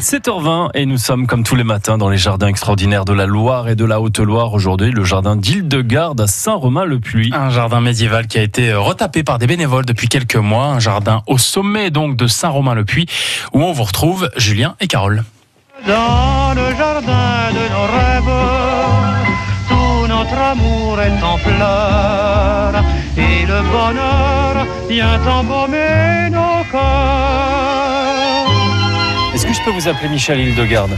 7h20 et nous sommes comme tous les matins dans les jardins extraordinaires de la Loire et de la Haute-Loire. Aujourd'hui, le jardin d'Île-de-Garde à Saint-Romain-le-Puy. Un jardin médiéval qui a été euh, retapé par des bénévoles depuis quelques mois. Un jardin au sommet donc de Saint-Romain-le-Puy où on vous retrouve Julien et Carole. Dans le jardin de nos rêves, tout notre amour est en fleurs et le bonheur vient embaumer nos cœurs. Est-ce que je peux vous appeler Michel Île-de-Garde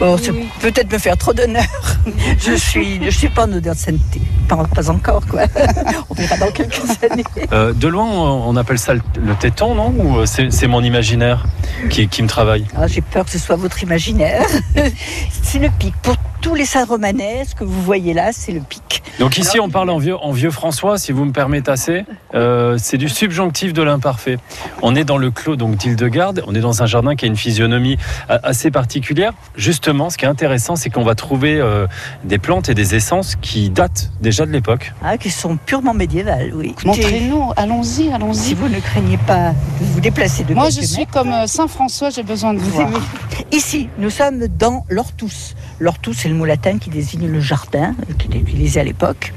Bon, c'est peut-être me faire trop d'honneur. Je suis, je suis pas en odeur de sainteté. Pas, pas encore, quoi. On verra dans quelques années. Euh, De loin, on on appelle ça le- le téton, non Ou euh, c'est c'est mon imaginaire qui, qui me travaille Ah, J'ai peur que ce soit votre imaginaire. C'est le pic. Pour tous les Saint-Romanais, ce que vous voyez là, c'est le pic. Donc ici, on parle en vieux, en vieux François, si vous me permettez assez. Euh, c'est du subjonctif de l'imparfait. On est dans le clos donc d'Île-de-Garde. On est dans un jardin qui a une physionomie a- assez particulière. Justement, ce qui est intéressant, c'est qu'on va trouver euh, des plantes et des essences qui datent déjà de l'époque. Ah, qui sont purement médiévales, oui. Écoutez, Montrez-nous, allons-y, si allons-y. vous ne craignez pas de vous déplacer de Moi, je quelques suis mètres, comme euh, Saint François, j'ai besoin de vous. vous aimez- Ici, nous sommes dans l'ortus. L'ortus, c'est le mot latin qui désigne le jardin, euh, qui était utilisé à l'époque.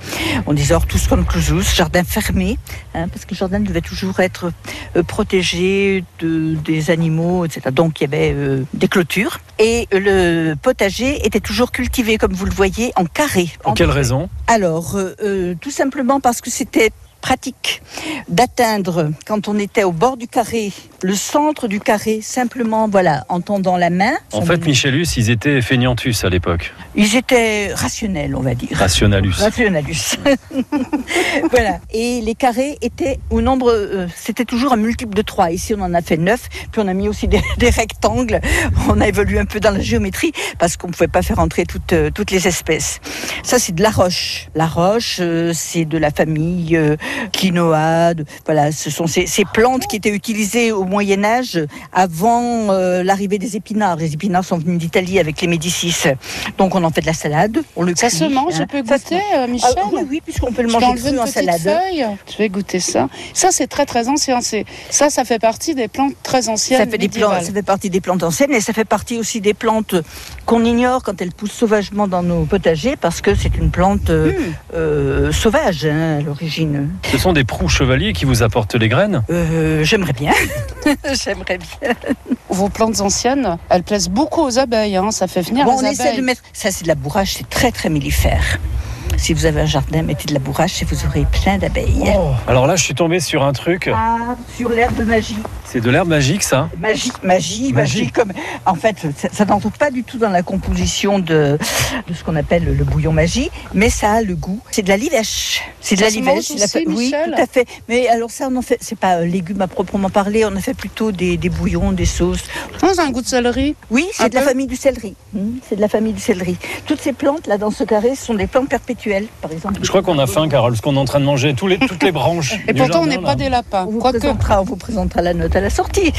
On disait ortus conclusus, jardin fermé, hein, parce que le jardin devait toujours être euh, protégé de, des animaux, etc. Donc il y avait euh, des clôtures. Et le potager était toujours cultivé, comme vous le voyez, en carré. Pour en quelle raison alors, euh, euh, tout simplement parce que c'était pratique d'atteindre, quand on était au bord du carré, le centre du carré, simplement, voilà, en tendant la main. En fait, Michelus, ils étaient feignantus à l'époque. Ils étaient rationnels, on va dire. Rationalus. Rationalus. voilà. Et les carrés étaient au nombre, euh, c'était toujours un multiple de 3. Ici, on en a fait 9, puis on a mis aussi des, des rectangles. On a évolué un peu dans la géométrie parce qu'on ne pouvait pas faire entrer toutes, euh, toutes les espèces. Ça, c'est de la roche. La roche, euh, c'est de la famille euh, quinoa. de- voilà, ce sont ces, ces plantes qui étaient utilisées au Moyen-Âge avant euh, l'arrivée des épinards. Les épinards sont venus d'Italie avec les Médicis. Donc, on en fait de la salade. On le Ça se cuit, mange, je hein. peux Ça se goûter, euh, ah Michel oui, oui, puisqu'on peut le Je peux manger enlever cru une en petite salade. feuille. Je vais goûter ça. Ça, c'est très très ancien. c'est- Ça, ça fait partie des plantes très anciennes. Ça fait, des plantes, médiévales. ça fait partie des plantes anciennes et ça fait partie aussi des plantes qu'on ignore quand elles poussent sauvagement dans nos potagers parce que c'est une plante euh, Hmm. euh, sauvage hein, à l'origine. Ce sont des proues chevaliers qui vous apportent les graines. Euh, J'aimerais bien. J'aimerais bien. Vos plantes anciennes, elles plaisent beaucoup aux abeilles. hein, Ça fait venir Bon, on les essaie de abeilles. mettre. Ça, c'est de la bourrache, c'est très très mellifère. Si vous avez un jardin, mettez de la bourrache et vous aurez plein d'abeilles. Alors là, je suis tombé sur un truc. Ah, sur l'herbe magique. C'est de l'herbe magique, ça Magie, magie, magie, Magie. comme en fait ça, ça n'entre pas du tout dans la composition de, de ce qu'on appelle le bouillon magie, mais ça a le goût. C'est de la livèche. C'est de Ça la se livèche. mange c'est de la aussi, fa- oui, Michel tout à fait. Mais alors ça, on en fait, c'est pas euh, légumes à proprement parler. On a fait plutôt des, des bouillons, des sauces. Ah, ça a un goût de céleri. Oui, Un c'est de la peu. famille du céleri. Hmm, c'est de la famille du céleri. Toutes ces plantes là dans ce carré ce sont des plantes perpétuelles, par exemple. Je crois qu'on a faim, Carole, parce qu'on est en train de manger tous les- toutes les branches. Et du pourtant, on jardin, n'est pas là. des lapins. On vous, Quoique. présentera, on vous présentera la note à la sortie.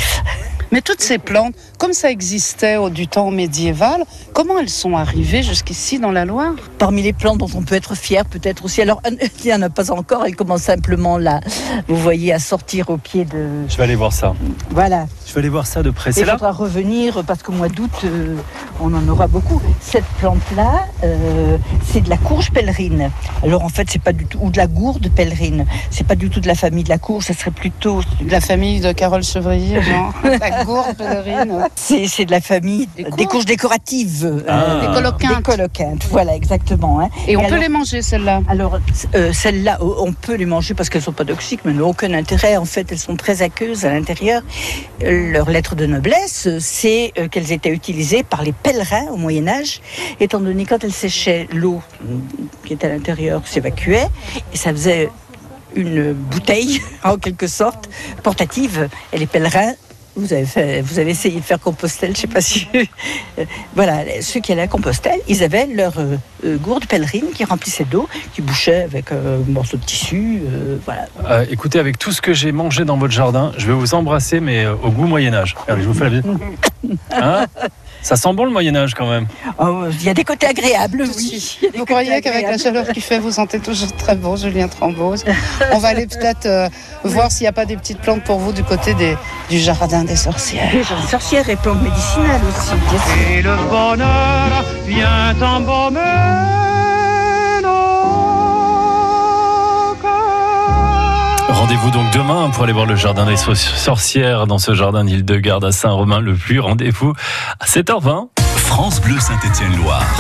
Mais toutes ces plantes, comme ça existait au- du temps médiéval, comment elles sont arrivées jusqu'ici dans la Loire Parmi les plantes dont on peut être fier, peut-être aussi. Alors, un- il n'y en a pas encore. Elle commence simplement là, vous voyez, à sortir au pied de. Je vais aller voir ça. Voilà. Je vais aller voir ça de près. Il C'est là faudra revenir parce qu'au mois d'août, euh, on en aura beaucoup. Cette plante-là, euh, c'est de la courge pèlerine. Alors en fait, c'est pas du tout ou de la gourde pèlerine. C'est pas du tout de la famille de la courge. Ça serait plutôt. De la famille de Carole Chevrier, genre, la gourde pèlerine. C'est c'est de la famille Des des, courges. courges décoratives. euh, Ah. Des coloquintes. Des coloquintes. Voilà, exactement. hein. Et on peut alors- les manger, celles-là. Alors, euh, celles-là, o- on peut les manger parce qu'elles sont pas toxiques, mais elles n'ont aucun intérêt. En fait, elles sont très aqueuses à l'intérieur. Euh, Leur lettre de noblesse, euh, c'est euh, qu'elles étaient utilisées par les pèlerins au Moyen-Âge, étant donné quand elles séchaient, l'eau mm, qui était à l'intérieur s'évacuait, et ça faisait une bouteille, en quelque sorte, portative. Et les pèlerins, vous avez, fait- vous avez essayé de faire Compostelle, je sais pas si... Euh, voilà, ceux qui allaient à Compostelle, ils avaient leur euh, euh, gourde pèlerine qui remplissait d'eau, qui bouchait avec euh, un morceau de tissu, euh, voilà. Euh, écoutez, avec tout ce que j'ai mangé dans votre jardin, je vais vous embrasser, mais euh, au goût Moyen Âge. Regardez, je vous fais la bise. Hein Ça sent bon le Moyen-Âge quand même. Oh, Il y a des côtés agréables, oui. Il y a des Vous côtés croyez qu'avec la agréables. chaleur qu'il fait, vous sentez toujours très bon, Julien Trambose On va aller peut-être euh, voir s'il n'y a pas des petites plantes pour vous du côté des, du jardin des sorcières. Les gens sorcières et plantes médicinales aussi, bien sûr. Et le bonheur vient embaumer nos cœurs. Rendez-vous donc demain pour aller voir le jardin des so- sorcières dans ce jardin d'Île-de-Garde à Saint-Romain-le-Puy. Rendez-vous à 7h20. France Bleu Saint-Étienne-Loire.